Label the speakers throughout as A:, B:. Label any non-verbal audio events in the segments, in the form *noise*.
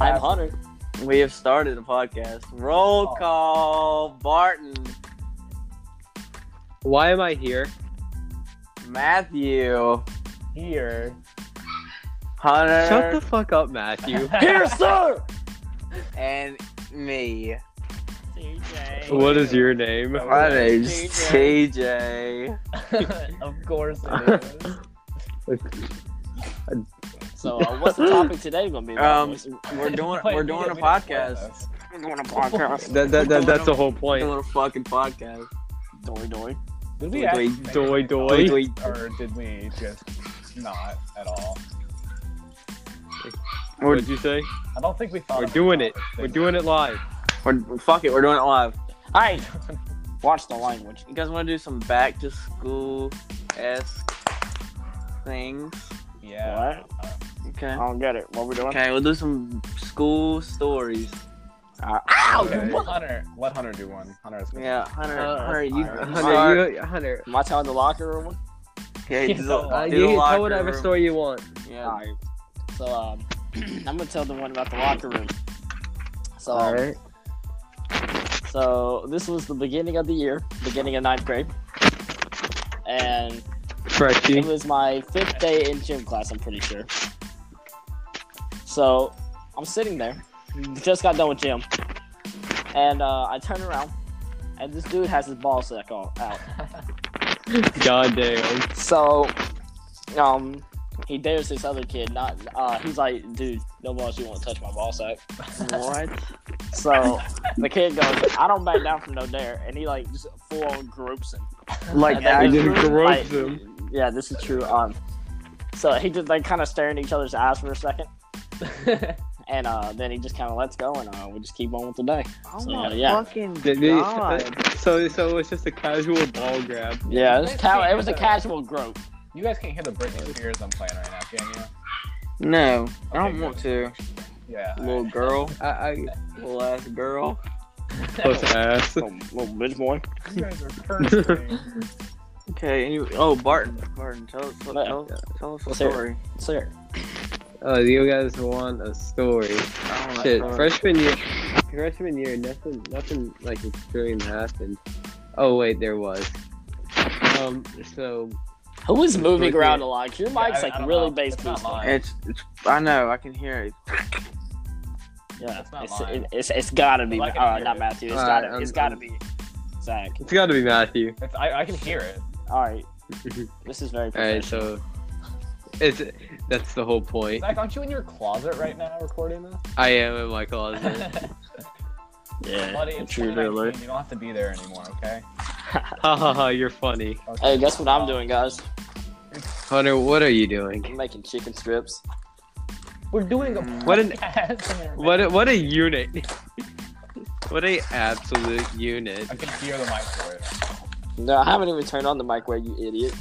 A: I'm Hunter. We have started the podcast. Roll
B: Oh.
A: call Barton,
C: Why am I here?
A: Matthew,
B: Here.
A: Hunter,
C: Shut the fuck
B: *laughs*
C: up, Matthew.
A: here, sir, and me.
B: TJ.
C: what is your name?
B: Bro.
A: My name's
B: TJ.
A: TJ.
B: *laughs* of course it
C: *laughs*
B: is.
D: So, uh, what's the topic today going to be? about?
A: Um,
D: What's-
A: We're doing
B: Wait,
A: we're
B: we
A: doing a
B: didn't- we didn't plan
A: podcast.
B: this.
A: We're doing a podcast.
C: That, that, that, that's the whole
A: Doing a
C: point.
A: little fucking podcast.
D: *laughs* dory dory.
B: Did
A: Doy,
B: we actually
A: doy,
B: make
C: doy,
B: it?
C: doy.
A: Wait, wait.
B: Or did we just not at all?
A: We're,
C: What'd you say?
B: I don't think we thought.
C: We're
B: about
C: doing it.
B: this,
C: We're
B: did
C: doing it live.
A: we're fuck it. We're doing it live.
D: All right, watch the language.
A: You guys want to do some back to school esque things?
B: we? *laughs* Yeah.
A: Okay.
D: I don't get it. What we doing?
A: Okay, we'll do some school stories.
D: Uh, ow!
B: Okay.
D: You, what?
B: Hunter. Let Hunter do one. Hunter is good.
A: Yeah, Hunter,
D: Uh,
A: Hunter, you,
B: Hunter,
A: you
B: Hunter,
A: start.
C: Hunter, you, Hunter,
D: Am I telling the locker room? one?
A: *laughs* yeah, do the-
B: Uh,
A: do
C: you
A: the
C: can
A: locker
C: tell whatever
A: room.
C: story you want.
A: Yeah.
D: All right. So, um, *clears throat* I'm gonna tell the one about the locker room. So,
C: All right.
D: so this was the beginning of the year, beginning of ninth grade, and
C: Freshie.
D: It was my fifth day in gym class, I'm pretty sure. So I'm sitting there, just got done with gym, and uh, I turn around, and this dude has his ball sack all out.
C: God damn.
D: So, um, he dares this other kid. Not, uh, he's like, dude, no balls, you won't touch my ball sack.
A: *laughs* What?
D: So the kid goes, I don't back down from no dare, and he like just full on groups him.
A: Like,
D: And that
C: He
D: is
C: didn't
D: true.
C: grope
D: Like,
C: them.
D: Yeah, this is true. Um, so he just like kind of staring at each other's eyes for
B: *laughs*
D: a second, and uh, then he just kind of lets go, and uh, we just keep on with the day.
A: oh
D: So,
A: my
D: yeah.
A: fucking
C: Did they-
A: god.
C: So, so it was just a casual ball grab.
D: Yeah, it was,
B: Let's
D: ca-
B: see,
D: it was a
B: uh,
D: casual grope.
B: You guys can't hear the Britney Spears I'm playing right now, can you?
A: No, I
B: Okay,
A: don't
B: good.
A: want to.
B: Yeah.
A: Little girl,
C: I, I
A: little ass girl.
C: plus ass.
D: *laughs* Little, little bitch boy.
B: You guys are
C: *laughs*
B: cursing.
A: Okay. Any, oh, Barton. Barton, tell us, tell, tell, tell us a
D: Let's hear it.
A: story.
D: Sir.
C: Oh, you guys want a story?
A: I don't know,
C: Shit,
A: tell us.
C: freshman year, freshman year, nothing, nothing like extreme happened. Oh wait, there was. Um, so
D: Who is moving
C: Right
D: around
C: here.
D: a lot? 'Cause Your mic's
B: I-
D: like
B: I don't
D: really
B: know.
D: bass
B: It's not
D: boosting.
B: mine.
A: It's, it's. I know. I can hear it.
D: Yeah,
B: It's not
D: it's,
B: mine.
D: it, it's, it's gotta be.
B: Well, I can
D: uh,
B: hear
D: not
B: it.
D: Matthew. It's
C: All
D: gotta.
C: right,
D: it's
C: I'm-
D: gotta
C: I'm-
D: be Zach.
C: it's got to be Matthew.
B: It's, I, I can hear it.
C: *laughs*
D: All right. This is very.
C: All right,
D: Professional.
C: so it's that's the whole point.
B: Zach, aren't you in your closet right now recording this?
C: I am in my
D: *laughs*
C: closet.
A: *laughs*
D: yeah.
B: Buddy, it's
A: True,
B: 2019,
A: really.
B: You don't have to be there anymore, okay?
C: Ha ha ha! You're funny,
B: okay.
D: Hey, guess what I'm doing, guys?
C: Hunter. What are you doing?
D: I'm making chicken strips.
B: We're doing a
C: What an-
D: *laughs*
B: podcast.
C: What a, what a unit! *laughs* what a absolute unit!
B: I can hear the mic for it.
D: No, I haven't even turned on the microwave, you idiot.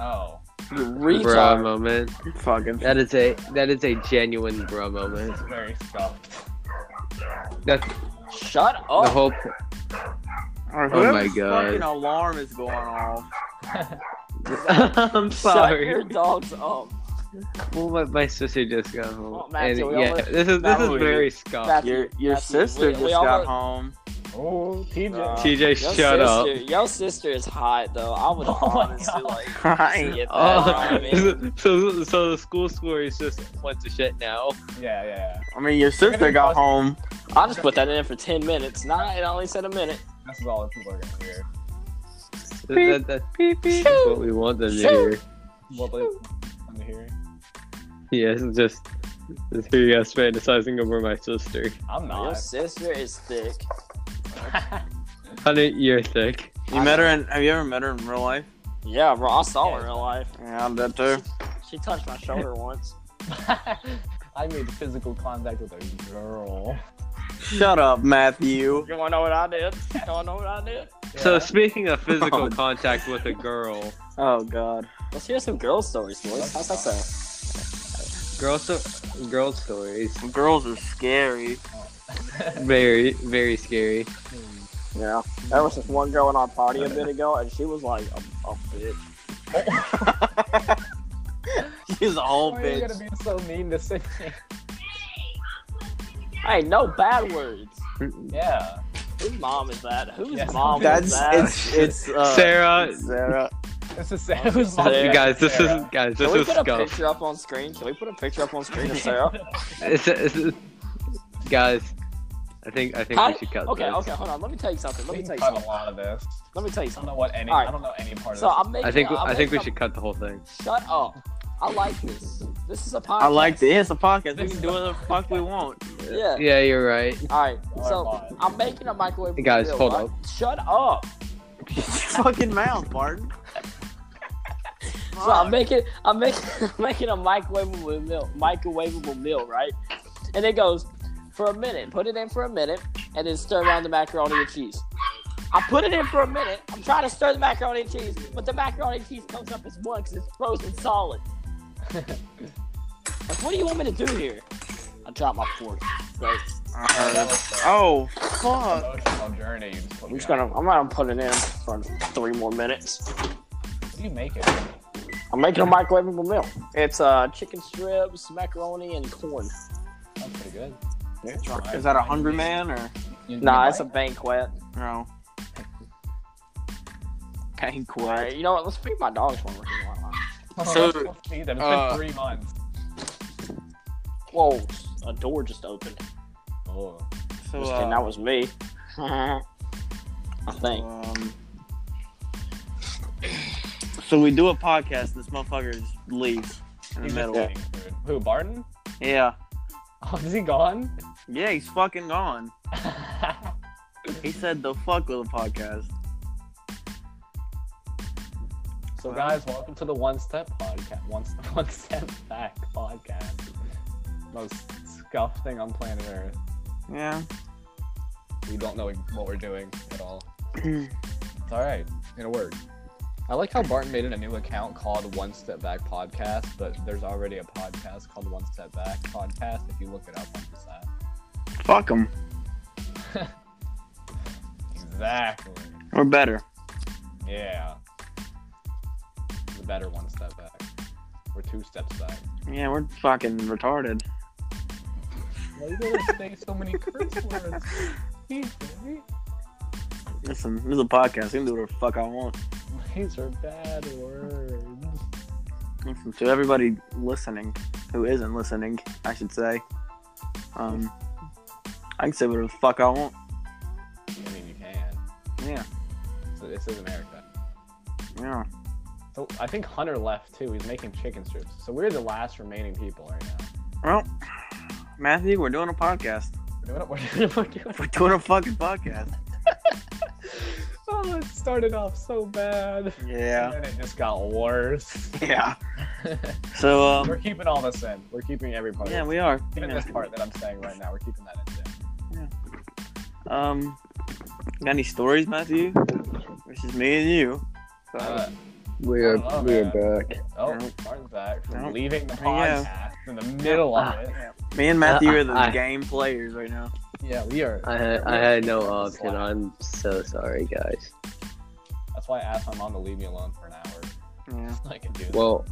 B: Oh.
D: You
C: Bra
D: retard.
C: moment.
A: Fucking.
C: That is a that is a genuine bra moment.
B: It's very scuffed.
C: That's
D: Shut up.
C: the whole. po-
A: Oh
C: my God.
A: Fucking alarm is going off.
C: *laughs* I'm
D: Shut
C: sorry.
D: your dogs *laughs* up.
C: Well, my, my sister just got home.
D: Well, Matthew,
C: and,
D: Oh, we
C: yeah,
D: all-
C: this is this
D: Matthew,
C: is very Scott.
D: Matthew,
A: Your your
D: Matthew,
A: sister
D: we-
A: just
D: we all
A: got
D: look-
A: home. *laughs*
B: Oh,
A: Uh,
B: TJ.
C: TJ,
D: Your
C: shut
D: sister,
C: up.
D: Your sister is hot though. I *laughs* would
B: Oh my
D: honestly
B: God.
D: like *laughs*
A: Hi.
D: get that
C: Oh, *laughs*
D: from it.
C: so so the school story is just went to shit now.
B: Yeah, yeah,
A: I mean, your sister
B: gonna
A: got
B: pause-
A: home.
D: I just put that in for ten minutes. Nah, it only said a minute.
B: yeah. This is all that people are going to hear.
C: That, that, that's what we want them to hear.
B: What they want to hear.
C: Yes, it's just just hear you guys fantasizing over my sister.
B: I'm
D: Your
B: not.
D: sister is thick.
C: Honey, you're thick.
A: You met her in? Have you ever met her in real life?
D: Yeah, bro. I saw her in real life.
A: Yeah, I did too.
D: She touched my *laughs* shoulder once.
B: *laughs* I made physical contact with a girl.
A: Shut up, Matthew.
D: You wanna know what I did? You wanna know what I did?
C: So
B: Yeah. *laughs*
C: speaking of
A: Oh.
D: *laughs*
C: physical contact with a girl,
A: Oh God.
D: Let's hear some girl stories, boys. How's that sound?
C: girl so girl stories
A: Girls are scary. *laughs*
C: very very scary.
D: Yeah. There was this one girl in our party a bit ago, and she was like a, a bitch.
A: She's a whole
B: Why are you
D: Oh,
A: bitch.
B: gonna be so mean to Sydney?
D: Hey, no bad words.
B: Yeah.
D: Whose mom is that? Whose
B: Yes.
D: mom
A: That's
D: is that?
A: it's it's uh,
C: Sarah,
A: Sarah.
B: This is
D: Oh,
B: Sarah's
D: Sarah.
B: mom.
D: You
C: guys, this is
B: Sarah.
C: guys,
D: Can
C: this
D: we
C: is
D: put a
C: scuff.
D: picture up on screen? Can we put a picture up on screen
C: *laughs*
D: of Sarah?
C: It's, it's- guys, I think I think
D: How-
C: we should cut
D: okay,
C: this.
D: okay, hold on. Let me tell you something. Let
B: We
D: me tell
B: can
D: you
B: cut a
D: something.
B: lot of this.
D: Let me tell you
B: I don't
D: something.
B: know what any.
D: Alright.
B: I don't know any part
D: So
B: of
D: I'm making.
C: I think
D: I'm
C: I think we
D: making
C: should cut the whole thing.
D: a- Shut up. I like this. This is a podcast.
A: I like it. It's a podcast. We
B: This
A: can
B: is
A: do
B: a
A: whatever the fuck we want. *laughs*
D: Yeah.
C: Yeah, you're right.
D: All right.
B: Or
D: So
B: mine.
D: I'm making a microwave.
C: Hey, guys,
D: meal,
C: hold
D: right? Shut up.
A: fucking mouth, Barton.
D: So I'm making, I'm making, *laughs* I'm making a microwavable meal, microwavable meal, right? And it goes for a minute. Put it in for a minute, and then stir around the macaroni and cheese. I put it in for a minute. I'm trying to stir the macaroni and cheese, but the macaroni and cheese comes up as one because it's frozen solid. like, what do you want me to do here? I dropped my fork. Right?
A: Uh,
B: this.
A: oh fuck.
B: Emotional journey. You just put
D: I'm
B: me
D: just
B: on.
D: gonna, I'm gonna put it in for three more minutes.
B: You make it.
D: I'm making a microwavable meal. It's uh, chicken strips, macaroni, and corn.
B: That's pretty good.
A: Is that a hungry man or
B: You- you
D: Nah, it's a
B: like
D: banquet.
A: no?
D: All right,
A: Banquet.
D: you know what? Let's feed my dogs when we're here.
B: it? *laughs*
A: so,
B: It's been
A: uh,
B: three months.
D: Whoa, a door just opened.
B: Oh.
A: So,
D: Just
A: uh,
D: kidding, that was me. *laughs* I think.
A: um, so we do a podcast. This motherfucker just leaves in the
B: He's just
A: middle.
B: eating food. Who, Barton? *laughs*
A: Yeah.
B: Oh, is he gone? *laughs*
A: Yeah, he's fucking gone.
B: That's
A: He said the fuck with the podcast.
B: So guys, welcome to the One Step Podcast. One, one Step *laughs* Back Podcast. Most scuffed thing on planet Earth.
A: Yeah.
B: We don't know what we're doing at all. It's all right. It'll work. I like how Barton made it a new account called One Step Back Podcast, but there's already a podcast called One Step Back Podcast. If you look it up on this app.
A: Fuck him.
B: Exactly.
A: We're better.
B: Yeah. The better one step back. We're two steps back.
A: Yeah, we're fucking retarded.
B: Why you gotta say so many curse words?
A: Listen, this is a podcast. I can do whatever the fuck I want.
B: These are bad words.
A: Listen to everybody listening who isn't listening, I should say. Um, I can say whatever the fuck I want.
B: I mean, you can.
A: Yeah,
B: So this is America.
A: yeah.
B: So Oh, I think Hunter left too. He's making chicken strips. So we're the last remaining people right now.
A: Well, Matthew, we're doing a podcast.
B: We're doing it. We're doing it. We're doing
A: We're doing a fucking podcast.
B: it. *laughs* Oh, it started off so bad.
A: Yeah,
B: And then it just got
A: *laughs*
B: worse.
A: yeah. So,
B: we're
A: um,
B: keeping all this in. We're keeping every part.
A: yeah, we are.
B: Even
A: Yeah.
B: this part that I'm saying right now, we're keeping that in. there.
A: Um, got any stories, Matthew? Which is me and you. So,
B: Uh,
C: We are
B: Oh,
C: we
B: man.
C: are back.
B: oh,
A: Nope.
B: Martin's back from
A: Nope.
B: leaving the podcast
A: Yeah.
B: in the middle of it.
A: me and Matthew are the
C: Uh, I-
A: game players right now.
B: Yeah, we are.
C: I had I had no option. I'm so sorry, guys.
B: That's why I asked my mom to leave me alone for an hour.
A: Yeah.
B: I can do this.
C: Well,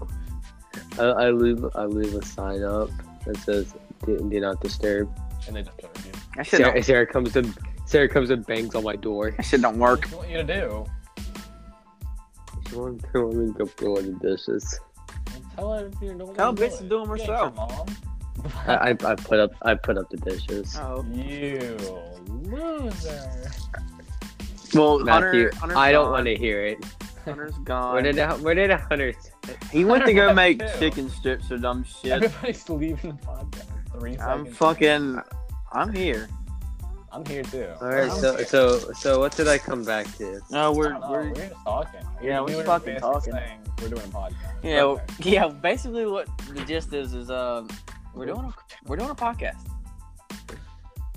C: I, I leave I leave a sign up that says "Do, do not disturb."
B: and they disturbed you.
A: That shit,
C: Sarah,
A: don't,
C: Sarah comes and Sarah comes and bangs on my door. *laughs*
A: that shit don't work.
B: What do you want you to do?
C: She wants she wants me to go blow the dishes.
B: Well, tell her if you don't
A: Tell
B: wanna do
A: bitch to
B: it.
A: do 'em
B: You ain't
A: herself.
B: your mom.
C: I, I, I put up I put up the dishes.
A: Oh.
B: You loser.
A: Well,
C: Matthew,
A: Oh, Hunter, Hunter's
C: I don't
A: gone.
C: want to hear it. *laughs*
A: Hunter's gone.
C: Where did where did Hunter?
A: he went to go
C: *laughs*
B: Hunter
A: make
B: left too.
A: chicken strips or dumb *laughs* shit.
B: Everybody's leaving the podcast. in Three
A: I'm
B: seconds.
A: fucking. I'm here.
B: I'm here too.
C: All right,
B: I'm
C: so
B: here.
C: so so what did I come back to?
A: No,
B: I
A: we're
B: don't know,
A: we're.
B: we're just talking.
A: Yeah, we're
B: doing
A: fucking
B: basic
A: talking.
B: thing. We're doing a podcast.
A: Yeah,
B: Okay.
A: yeah. Basically, what the gist is is um, we're doing a we're doing a podcast.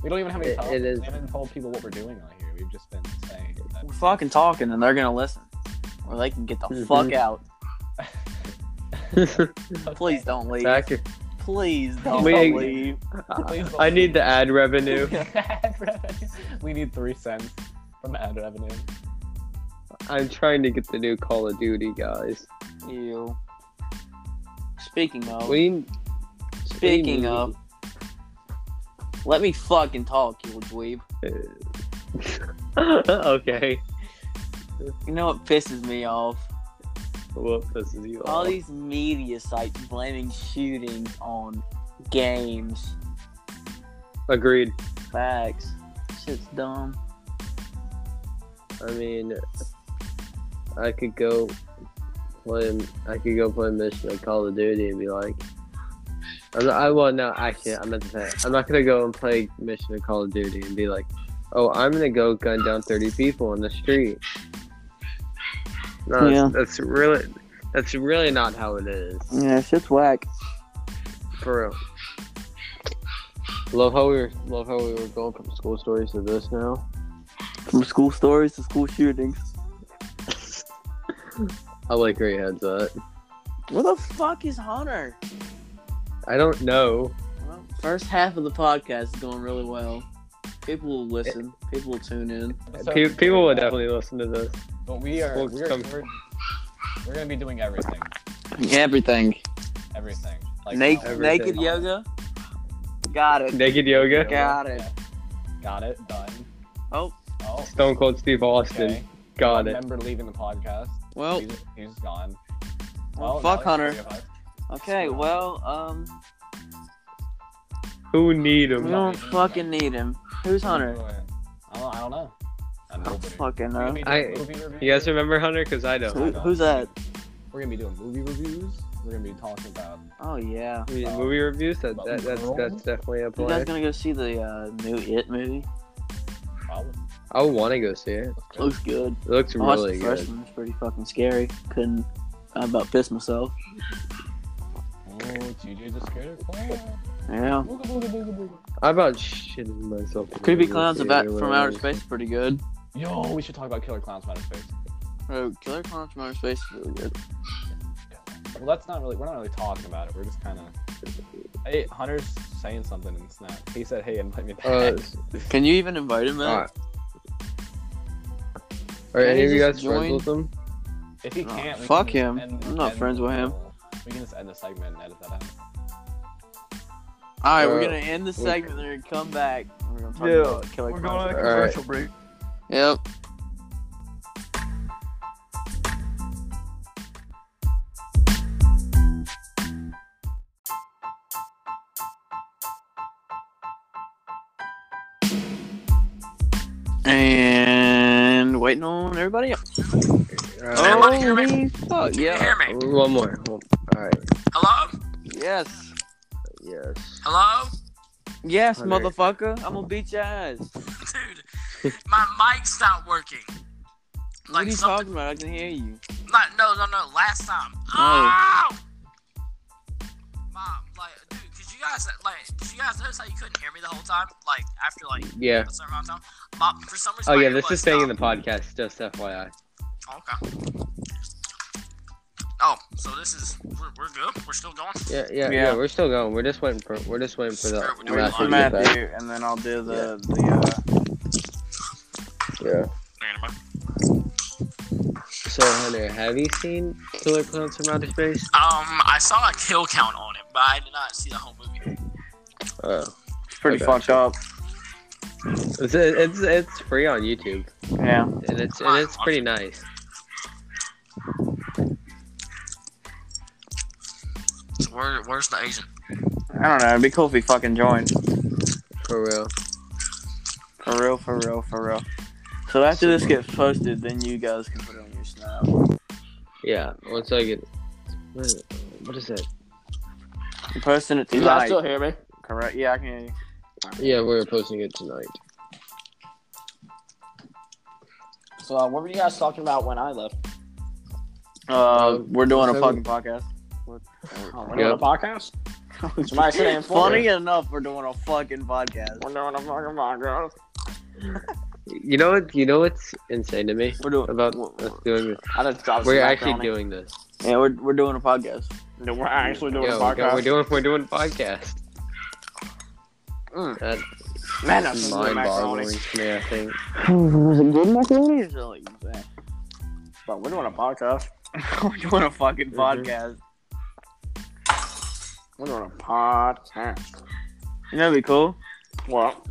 B: We don't even have any
C: It-
B: topics.
C: it is-
B: We haven't told people what we're doing on here. We've just been saying that.
A: We're fucking talking, and they're gonna listen, or they can get the
C: Mhm.
A: fuck out.
D: Uh,
C: *laughs* I
A: *laughs* Please don't leave.
C: can-
A: Please don't
C: We-
A: leave.
B: Please don't
C: I need the
B: *laughs*
C: ad revenue.
B: we need three cents from ad revenue.
C: I'm trying to get the new Call of Duty, guys.
A: You. Speaking of,
C: We
A: speaking of,
D: Let me fucking talk, you little dweeb.
C: *laughs* okay.
D: You know what pisses me off?
C: What pisses you
D: All
A: Oh.
C: off?
D: these media sites blaming shootings on games.
C: Agreed.
D: Facts. Shit's dumb.
C: I mean, I could go play. I could go play a mission like Call of Duty and be like, I'm not, I well no actually I'm not say I'm not gonna go and play mission of Call of Duty and be like, oh I'm gonna go gun down thirty people on the street. No,
A: Yeah.
C: that's, that's really that's really not how it is
A: Yeah, shit's whack.
C: for real. Love how we were love how we were going from school stories to this now.
A: From school stories to school shootings.
C: I like where your head's at.
D: Where the fuck is Hunter?
C: I don't know.
D: Well, first half of the podcast is going really well. People will listen. People will tune in.
C: Pe-
B: Episode
C: people
B: 39.
C: will definitely listen to this.
B: But we are
C: We'll
B: we're,
C: come-
B: we're, we're gonna be doing everything,
A: Everything.
B: everything.
A: Naked-
B: how-
C: everything.
D: Naked yoga. Got it.
C: Naked yoga.
B: Yoga.
D: Got it.
B: Got it done.
D: Oh.
B: Oh.
C: Stone Cold Steve Austin.
B: Okay.
C: Got it.
B: Remember leaving the podcast.
D: Oh.
A: Well,
B: He's, he's gone.
D: Well,
B: now
A: fuck
B: there's three of us.
D: Okay. Well, um,
C: Who need
D: we
C: him?
D: don't fucking need him. Who's Hunter?
B: I don't, Oh, I don't know. I'm
D: I don't
B: nobody.
D: fucking
B: We're gonna
D: know.
B: be doing
C: I-
B: movie reviews.
C: You guys remember Hunter? Because I don't.
B: I
D: Who-
B: don't.
D: who's that?
B: We're gonna be doing movie reviews. We're gonna be talking about.
D: Oh yeah.
C: I mean, movie reviews. That, that that's that's definitely a
D: You
C: play.
D: guys gonna go see the uh, new It movie?
B: Probably.
C: I want to go see it.
D: Looks good.
C: It looks
D: I watched
C: really
D: the first
C: good.
D: one. It's pretty fucking scary. Couldn't. I about pissed myself.
B: Oh, GJ the Scared Clown.
D: Yeah.
B: Booga, booga, booga, booga.
C: I about shitting myself. in
D: Creepy
C: the
D: Clowns
C: theater
D: about from
C: when I
D: Outer
C: was-
D: Space is pretty good.
B: Yo, we should talk about Killer Clowns from Outer Space.
D: Oh, Killer Clowns from Outer Space is really good.
B: Well, that's not really. We're not really talking about it. We're just kind of. Hey, Hunter's saying something in Snap. He said, "Hey, invite me back."
C: Uh,
D: Can you even invite him?
C: all
D: Out?
C: right. Are any of you
D: just
C: guys friends
D: join?
C: with them?
B: if he
D: no,
B: can't, we
D: Oh, fuck
B: can
D: him.
B: just end-
D: I'm not
B: end-
D: friends with him.
B: We can just end the segment and edit that out.
D: All right,
C: Uh,
D: we're gonna end the
C: we-
D: segment there and come back. and We're gonna talk
A: Yeah,
D: about Killer Clowns.
C: All right. commercial
A: break.
D: Yep. And waiting on everybody. Else.
C: All right.
D: Holy fuck! Yeah.
C: One more. All right.
D: Hello. Yes.
C: Yes.
D: Hello. Yes,
C: Hunter.
D: motherfucker. I'm gonna beat your ass.
E: Dude, my mic stopped working.
D: What are
E: Like
D: you
E: something.
D: talking about? I can hear you.
E: Not, no, no, no. Last time.
D: Oh.
E: Oh. Mom, like, dude, did you guys like? Did you guys notice how you couldn't hear me the whole time? Like after like
C: Yeah.
E: a certain amount of time. Mom, for some reason.
C: Oh
E: my
C: yeah. This
E: earbuds
C: is staying in the
E: stopped.
C: podcast. Just FYI.
E: Oh, okay. Oh, so this is we're, we're good. We're still going.
C: Yeah, yeah, yeah,
D: Yeah.
C: We're still going. We're just waiting for. We're just waiting for the
E: Sure, we're
C: message. to
E: doing Matthew,
C: get
E: live.
C: back.
A: Matthew, and then I'll do the the. Uh,
C: Yeah.
E: Yeah, never mind.
C: So Hunter, have you seen Killer Clowns from Outer Space?
E: Um, I saw a kill count on it, but I did not see the whole movie.
C: Oh,
A: it's pretty
C: Okay.
A: fucked up.
C: it's it's it's free on YouTube,
A: Yeah.
C: and it's and it's pretty nice.
E: So where, where's the agent?
A: I don't know. It'd be cool if he fucking joined.
C: For real.
A: For real, for real, for real. So after this gets posted, then you guys can put it on your snap.
C: Yeah. Once I get. What is it? What is that?
A: I'm posting it
D: You
A: tonight.
D: guys still hear me?
A: Correct? Yeah, I can hear you.
C: Yeah, we're posting it tonight.
D: So, uh, what were you guys talking about when I left?
A: Uh,
C: Um,
A: we're doing a
C: so-
A: fucking podcast.
D: Oh, we're
C: Yeah.
D: doing a podcast. *laughs* Somebody said
A: *laughs*
D: it
A: Funny enough, we're doing a fucking podcast.
D: We're doing a fucking podcast.
C: You know what? You know what's insane to me
A: We're doing.
C: about us doing this?
D: I just dropped.
C: We're actually doing this.
A: Yeah, we're, we're doing a podcast.
D: doing. We're actually doing
C: Yeah,
D: a
C: we're,
D: podcast.
C: go- we're doing we're doing podcast.
D: Mm.
C: That's
D: Man, that's some good
C: mind-boggling
D: macaroni.
C: to me. I think.
A: Was it good macaroni?
D: But we're doing a podcast.
A: *laughs* we're doing a fucking
C: Mhm.
A: podcast.
D: We're doing a podcast.
A: You know, it'd be cool.
D: What?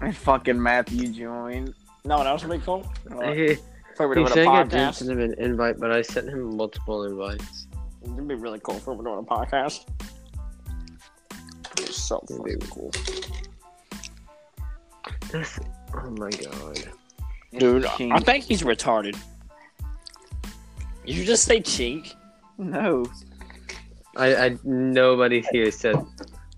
A: And fucking Matthew joined.
D: No, that was pretty cool.
A: Uh,
C: he
D: If we
C: he
D: were doing a
C: said I didn't
D: podcast,
C: send him an invite, but I sent him multiple invites.
D: it'd be really cool if we were doing a podcast. It'd be so
C: It'd
D: fucking cool.
C: That's, oh my god.
D: Dude,
A: Chink.
D: I think he's retarded. Did you just say chink?
A: No.
C: I, I nobody here said.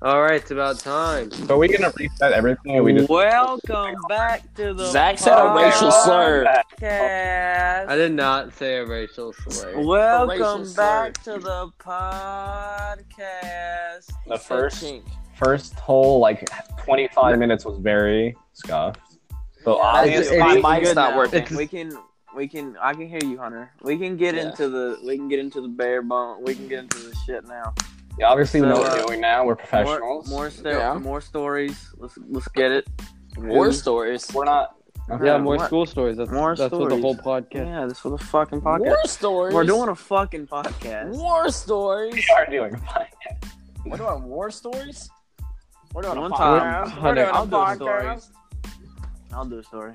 C: All right, it's about time.
B: Are we gonna reset everything? Or we just
F: Welcome back to the
D: Zach said a racial slur.
F: podcast.
C: I did not say a racial slur.
D: racial
F: Welcome
D: slur.
F: back to the podcast.
B: the
D: He said
B: first
D: chink.
B: first whole like 25 minutes was very scuffed. So
F: Yeah,
A: I
B: obviously,
A: just,
F: just-
A: my
F: it's
A: mic's
F: good
A: not
F: now.
A: working.
C: It's-
A: We can, we can, I can hear you, Hunter. We can get
D: Yeah.
A: into the, we can get into the bare bone. We can get into the shit now.
B: yeah, obviously we know what
A: So,
B: we're doing now. We're
D: uh,
A: More,
B: professionals.
A: more, sto-
D: Yeah.
A: more stories. Let's let's get it.
D: War stories.
B: we're not. Okay.
A: Yeah, more What?
C: school stories. That's,
A: More that's what the stories. whole
C: podcast.
A: Yeah, this was a fucking podcast.
D: War stories.
A: We're doing a fucking podcast.
D: war stories.
B: we are doing fine.
D: We're doing war stories. We're doing
A: One
D: a
A: time.
D: podcast. We're doing a
A: I'll do a story.
D: podcast.
A: I'll do a story.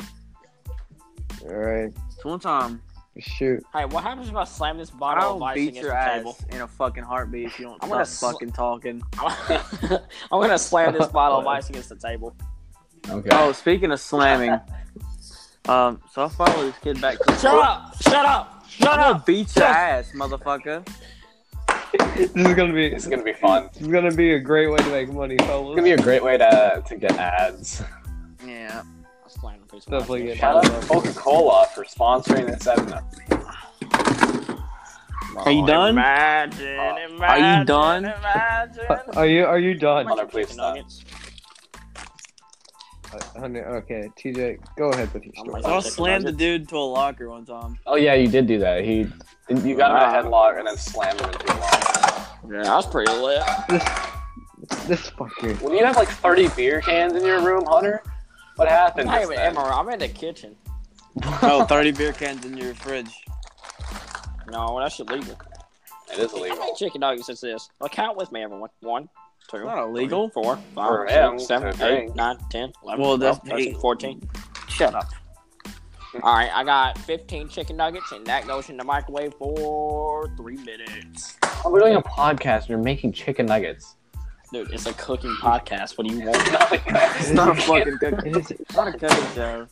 C: All right,
A: So one time,
C: shoot.
D: Hey, what happens if I slam this bottle of
A: I'll
D: ice
A: beat
D: against
A: your
D: the
A: ass
D: table? *laughs*
A: in a fucking heartbeat if you don't
D: I'm gonna
A: stop
D: sl-
A: fucking talking.
D: I'm gonna slam this bottle *laughs* of ice against the table.
B: Okay.
A: Oh, speaking of slamming, *laughs* um, so I follow this kid back to
D: Shut up! Shut up! Shut
A: I'm gonna
D: up!
A: beat your ass, motherfucker.
C: This is gonna be.
B: This is gonna be fun.
C: This is gonna be a great way to make money,
B: It's
C: fellas.
B: gonna be a great way to to get ads.
A: Yeah.
D: I slammed a piece of
C: Definitely
D: ice.
C: get
B: Shout
D: Shut up.
B: out to Coca Cola for sponsoring this episode.
A: Are you done? Uh,
D: Imagine,
A: Are you done?
F: Imagine.
C: Are you are you done,
B: Hunter, please stop.
D: Nuggets.
C: Uh, honey? Okay, TJ, go ahead with your
D: Oh
C: story.
D: my-
A: I slammed the dude into a locker one *laughs* time.
B: Oh yeah, you did do that. He, you got
D: Uh-huh.
B: in a headlock and then slammed him into a lock.
D: Yeah, that's pretty lit.
C: This fucker.
B: When you have like 30 beer cans in your room, Hunter, what happened?
D: Hey, wait, Emma, I'm in the kitchen.
A: Oh, 30 beer cans in your fridge.
D: No, that's illegal.
B: It is
D: How many
B: illegal.
D: chicken nuggets is this? Well, count with me, everyone. One, two,
A: Not illegal.
D: three, four,
B: For
D: five,
B: him,
D: six, seven,
B: to
D: eight,
B: drink.
D: nine, ten, eleven,
A: Well, that's
D: twelve, thirteen,
A: eight.
D: fourteen. Shut *laughs* up. All right, I got 15 chicken nuggets, and that goes in the microwave for three minutes.
B: Oh, we're doing a podcast and you're making chicken nuggets.
D: Dude, it's a cooking podcast. What do you want? *laughs*
A: It's not a fucking cooking.
C: It is.
A: It's not a cooking show.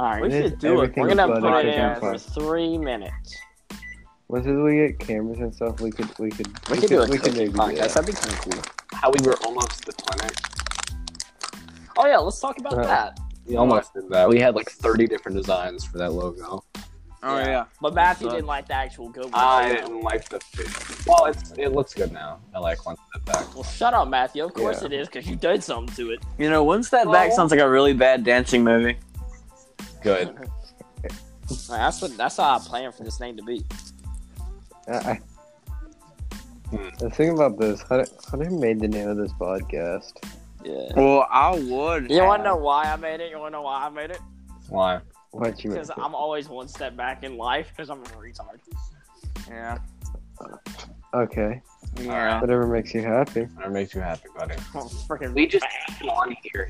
D: All right,
A: We
C: It is
A: should do it.
C: everything
D: we're gonna
C: but
A: a
D: put it
A: cooking
D: in for
C: pod.
D: three minutes.
C: Once we get cameras and stuff, we could we could
D: We could do a
C: we could
D: cooking
C: maybe do
D: podcast.
C: that.
D: That'd be kind of cool.
B: How we were almost the clinic.
D: Oh yeah, let's talk about
C: Uh,
D: that.
B: We almost did that. We had like 30 different designs for that logo.
A: Oh, yeah.
D: But Matthew
A: sucks.
D: didn't like the actual good one.
B: I didn't like the fit. Well, it's it looks good now. I like one step back.
D: Well, shut up, Matthew. Of course
C: Yeah.
D: it is, because you did something to it.
A: You know, once that back sounds like a really bad dancing movie.
B: Good.
D: Like, that's what. That's how I plan for this name to be.
C: I, I, the thing about this, Hunter, Hunter made the name of this podcast.
D: Yeah.
A: Well, I would.
D: You want to know why I made it? You want to know why I made it?
B: Why?
C: Why'd you make
D: Because
C: it?
D: I'm always one step back in life because I'm a retard.
A: Yeah.
C: Okay,
A: Yeah.
C: whatever makes you happy.
B: Whatever makes you happy, buddy.
D: I'm freaking.
B: We just on here.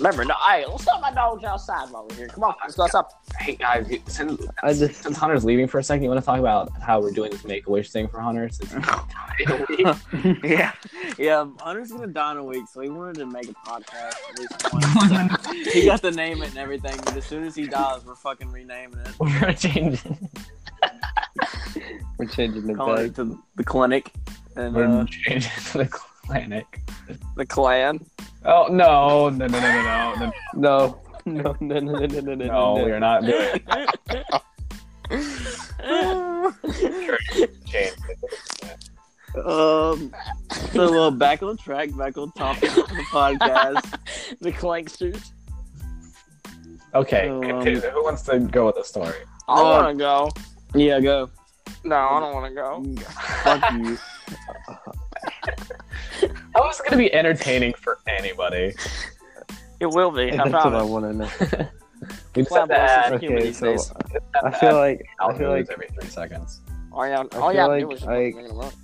D: Remember, no. Hey, let's let my dogs outside while we're here. Come on, let's go outside.
B: Hey guys, you- since,
C: I just-
B: since Hunter's leaving for a second, you want to talk about how we're doing this Make a Wish thing for Hunter? Since
A: *laughs* yeah. Yeah. um, Hunter's going to die in a week, so he wanted to make a podcast at least once. he got to name it and everything, but as soon as he dies, we're fucking renaming it.
B: we're gonna change it.
C: We're changing the
A: Calling it
C: bag.
A: to the clinic and
B: *laughs* We're
A: uh,
B: changing it to the *laughs* clinic.
A: the
D: *laughs*
A: clan.
B: Oh no! No! No! No! No! No!
C: No, *laughs* no, no, no, no, no, no, no.
A: *laughs*
B: No!
C: no.
B: We're not doing change.
A: Um, so uh, back on track, back on topic of the podcast.
D: the clank suit.
B: Okay.
A: Um,
B: continue. Who wants to go with the story?
D: I want
C: Uh,
D: to go.
A: Yeah, go.
D: No, I don't want to go.
A: Fuck you.
B: How is it gonna be entertaining for anybody?
D: It will be.
C: *laughs*
D: I
C: That's what I
D: promise.
C: want to know.
B: We just have to add.
C: Okay, so
B: have
C: I
B: to
C: feel
B: add
C: like I feel
B: outros
C: like
B: every three seconds.
D: All y'all,
C: I
D: all
C: feel
D: y'all do
C: like
D: is
C: I-
D: just-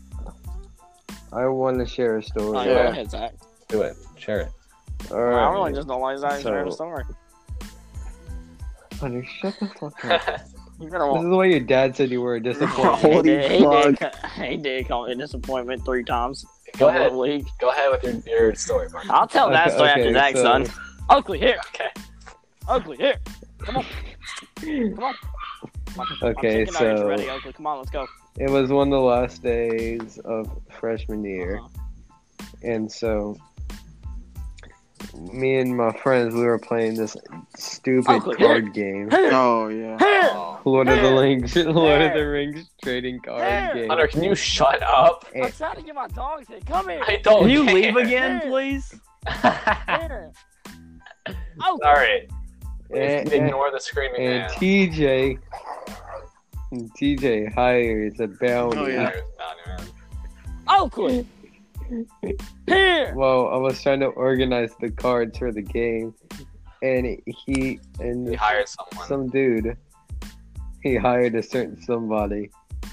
C: I want to share a story.
D: Oh,
A: Yeah.
D: Go ahead, Zach.
B: Do it. Share it.
C: All
D: I
C: right.
D: really just don't like Zack
C: So-
D: Snyder's story.
C: Hunter, shut the fuck
D: *laughs*
C: up.
D: You better
C: this *laughs*
D: walk.
C: is why your dad said you were a disappointment.
D: *laughs* He
C: Holy
D: did, he, did,
C: fuck.
D: ca- *laughs* he did call it a disappointment three times.
B: Go ahead.
D: in one week.
B: Go ahead with your, your story,
A: *laughs*
B: Mark.
D: I'll tell that
C: Okay,
D: story
C: okay,
D: after Zach's
C: so-
D: done. Oakley, here.
B: Okay.
D: Oakley, here. Come on. Come on.
C: Okay,
D: I'm thinking already,
C: so-
D: ready, Oakley. Come on, let's go.
C: It was one of the last days of freshman year.
D: Uh-huh.
C: And so me and my friends we were playing this stupid
D: Uncle,
C: card game.
A: Oh yeah.
D: Uh-huh.
C: Lord of the
D: Here.
C: Rings *laughs* Lord of the
D: Here.
C: Rings trading card
D: Here.
C: game.
B: Hunter, can you shut up?
D: I'm trying to get my dog shit. Come here.
B: I don't.
F: Can you
B: care.
F: leave again, please?
B: *laughs*
D: here. Oakley.
B: Sorry.
A: Eh,
C: And, and,
B: Ignore the screaming
C: Eh, and
B: man.
C: TJ and TJ hires a bounty.
A: Oh, yeah.
C: *laughs*
D: Oakley. here.
C: Well, I was trying to organize the cards for the game, and he and
B: He hired someone.
C: some dude, he hired a certain somebody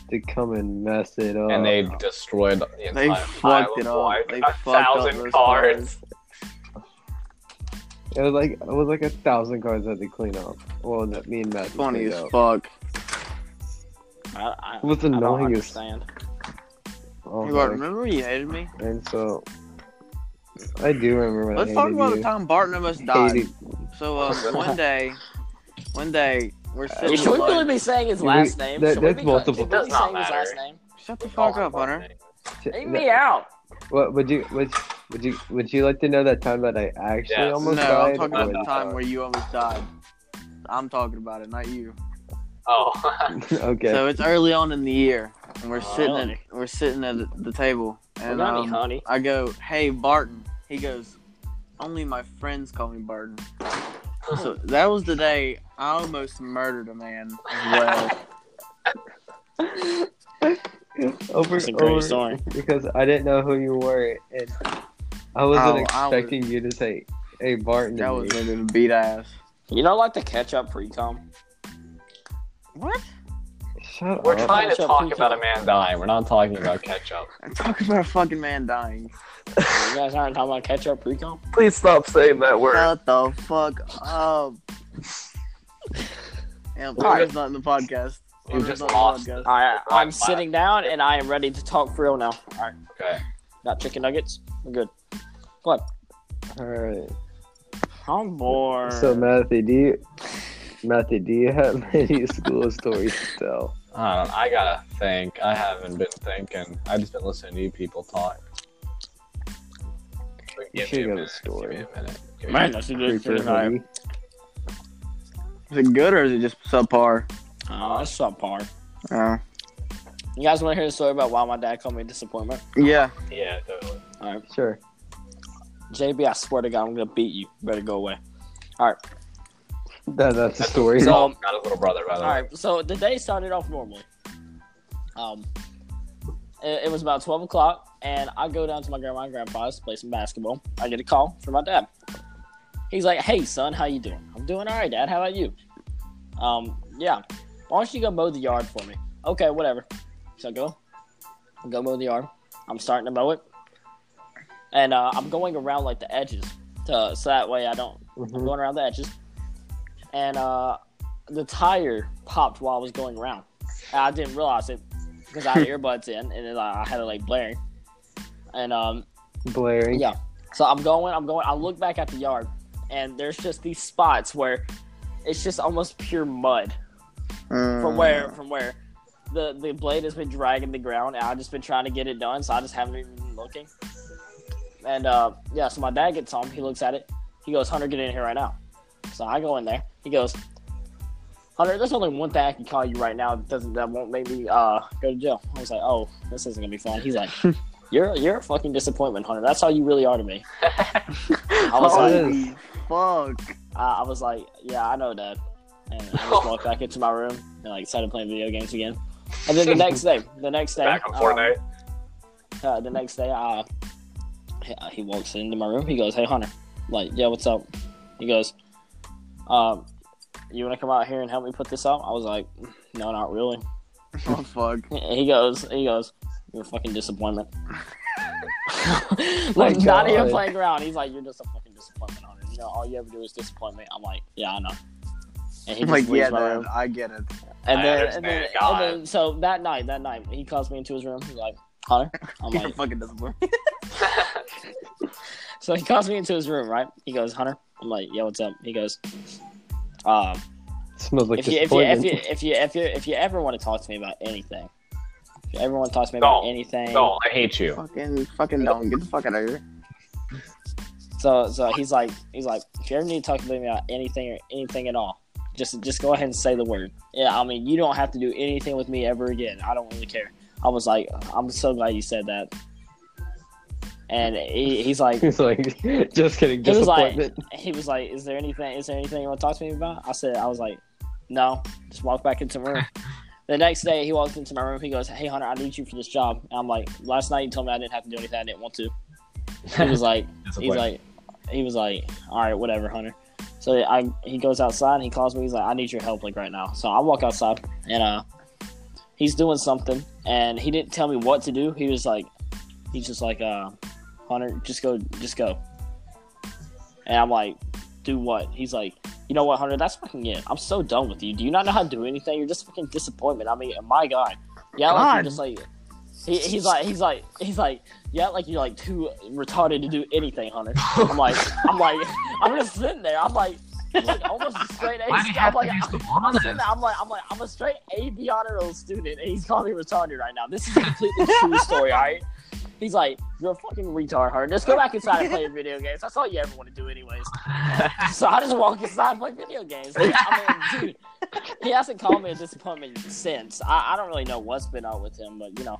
C: to come and mess it up.
B: and they destroyed the
A: Uh, They
B: entire pile
A: fucked
B: of
A: it
B: wine.
A: up. They
B: a
A: fucked up
B: thousand
A: those
B: cards.
C: it was like it was like a thousand cards I had to clean up. Well, that me and Matt
A: Funny
C: cleaned
A: as
C: up.
A: fuck.
D: I, I,
C: It was
D: I don't
C: annoying as
D: understand.
C: oh,
A: Hey, Bart, remember when you hated me?
C: And so, I do remember. When
A: Let's
C: I
A: talk
C: hated
A: about the
C: you.
A: time Barton almost died.
C: Hated-
A: *laughs* So um, one day, one day we're sitting.
D: Should we
A: alone.
D: really be saying his
C: We-
D: last name?
C: that-
D: Should we
C: that's
D: be,
C: multiple-
D: should we
B: Does
D: be
B: not
D: saying his
B: matter.
D: last name?
A: Shut the fuck up, Hunter.
D: Leave
C: that-
D: me out.
C: What would you would would you would you like to know that time that I actually
B: Yes.
A: No,
C: almost died?
A: I'm talking
C: or
A: about the
C: you
A: time
C: *laughs*
A: where you almost died. I'm talking about it, not you.
B: Oh,
C: died? okay.
A: So it's early on in the year, and we're
B: Oh.
A: sitting at, we're sitting at the table, and
D: Well, honey,
A: um,
D: honey.
A: I go, "Hey, Barton." He goes, "Only my friends call me Barton." So that was the day I almost murdered a man. As well,
C: over,
D: It's a great
C: over-
D: story.
C: because I didn't know who you were, and I
A: Oh,
C: wasn't
A: I was-
C: expecting you to say, "Hey, Barton." to
A: that
C: me.
A: was a beat ass.
D: You know, like the ketchup pre-com.
A: What?
C: Shut
B: we're
C: up.
B: trying to
D: Ketchup,
B: talk
D: ketchup.
B: about a man dying. We're not talking about ketchup.
A: I'm talking about a fucking man dying.
D: You guys aren't talking about ketchup pre-com.
B: Please stop saying that
A: Shut the fuck
D: *laughs*
A: up. Yeah, Hunter's not in the podcast.
B: You
A: Hunter's
B: just
A: not in the
B: lost.
A: podcast.
D: I, I'm
B: Right,
D: sitting down and I am ready to talk for real now. All right,
B: Okay.
D: got chicken nuggets. We're good.
C: All right.
D: I'm bored.
C: So, Matthew, do you, Matthew, do you have *laughs* any school stories to tell?
B: I don't. Um, I gotta think. I haven't been thinking. I've just been listening to you people talk.
C: You
B: Give
C: should
B: me a
C: have a
B: minute. Give
C: story.
B: me a minute. Give me a
D: man, that's a good
C: Creeper
D: tonight.
C: hoodie.
A: Is it good or is it just subpar?
D: Oh, that's subpar.
A: Uh,
D: You guys want to hear a story about why my dad called me a disappointment?
A: yeah.
B: minute. Yeah, totally.
D: All right,
C: Sure.
D: JB, I swear to God, I'm gonna beat you. Better go away. All right,
C: That, that's a story.
D: So-
B: Oh, got a little brother, by the
D: all
B: way.
D: right. So the day started off normally. Um, it, it was about twelve o'clock, and I go down to my grandma and grandpa's play some basketball. I get a call from my dad. He's like, "Hey, son, how you doing? I'm doing all right, Dad. How about you? Um, yeah. Why don't you go mow the yard for me? Okay, whatever. So I go, I go mow the yard. I'm starting to mow it, and uh, I'm going around like the edges, to, so that way I don't I'm
C: Mhm.
D: going around the edges, and uh, the tire popped while I was going around. And I didn't realize it because I had earbuds in, and then I I had it like blaring, and um,
C: Blaring.
D: yeah. So I'm going, I'm going. I look back at the yard, and there's just these spots where it's just almost pure mud
A: uh,
D: from where from where the the blade has been dragging the ground. And I've just been trying to get it done, so I just haven't even been looking. And uh, yeah, so my dad gets home. He looks at it. He goes, "Hunter, get in here right now." So I go in there. He goes, "Hunter, there's only one thing I can call you right now that doesn't that won't make me uh go to jail." I was like, "Oh, this isn't gonna be fun." He's like. You're, you're a fucking disappointment, Hunter. That's how you really are to me. I was like,
A: Holy fuck.
D: *laughs* I, I was like, yeah, I know, Dad. And I just walked back into my room and like started playing video games again.
B: *laughs*
D: And then the next day, the next day,
B: Back on
D: um,
B: Fortnite.
D: uh, the next day, uh, he, uh, he walks into my room. He goes, "Hey, Hunter." I'm like, yeah, what's up? He goes, um, you want to come out here and help me put this up? I was like, no, not really.
A: Oh, fuck.
D: He goes, he goes, you're a fucking disappointment. like *laughs*
C: My
D: not even
C: God.
D: playing around. He's like, "You're just a fucking disappointment hunter. You know, all you ever do is disappoint me." I'm like, "Yeah, I know." And he
A: I'm
D: just
A: like,
D: leaves
A: yeah,
D: my
A: dude,
D: room.
A: I get it.
D: And
E: I
D: then, and
E: understand,
D: then, and
E: God.
D: then, so that night, that night, he calls me into his room. He's like, "Hunter," I'm
A: You're *laughs*
D: like,
A: fucking
D: *laughs*
A: disappointed.
D: So he calls me into his room, right? He goes, Hunter. I'm like, yo, what's up? He goes, um,
C: Smells like
D: if, you, if, you, if
C: disappointment.
D: you if you if you if you ever want to talk to me about anything, if you ever want to talk to me about
E: Don't.
D: anything,
E: No, I hate you.
A: fucking, fucking don't get the fuck out of here.
D: so so he's like he's like, if you ever need to talk to me about anything or anything at all, just just go ahead and say the word. Yeah, I mean, you don't have to do anything with me ever again. I don't really care. I was like, I'm so glad you said that. And he,
C: *laughs*
D: he's like,
C: It's like, just kidding,
D: It was like-
C: disappointment.
D: he was like, "Is there anything? Is there anything you want to talk to me about?" I said, "I was like, no." Just walk back into my room. the next day, he walks into my room. He goes, "Hey, Hunter, I need you for this job." And I'm like, "Last night you told me I didn't have to do anything. I didn't want to." He was like, "He's
B: *laughs*
D: like, he was like, all right, whatever, Hunter." So I he goes outside and he calls me. He's like, "I need your help like right now." So I walk outside and uh, he's doing something and he didn't tell me what to do. He was like, he's just like, uh, Hunter, just go, just go. And I'm like, do what? He's like, you know what, Hunter? That's fucking it. I'm so done with you. Do you not know how to do anything? You're just fucking disappointment. I mean, my god, yeah, like
A: God.
D: you're just like. He, he's like he's like he's like yeah like you're like too retarded to do anything Hunter I'm like I'm like *laughs* I'm just sitting there I'm like like almost a straight A
E: Why do you
D: I'm
E: have
D: like
E: to be so
D: I'm
E: honest?
D: sitting there, I'm like, I'm like, I'm a straight A B honor roll student, and he's calling me retarded right now. This is a completely true story, all right? He's like, you're a fucking retard, Hunter. Just go back inside and play
E: *laughs*
D: your video games. That's all you ever want to do, anyways. *laughs* So I just walk inside and play video games. Like, I mean, dude, he hasn't called me a disappointment since. I, I don't really know what's been up with him, but you know,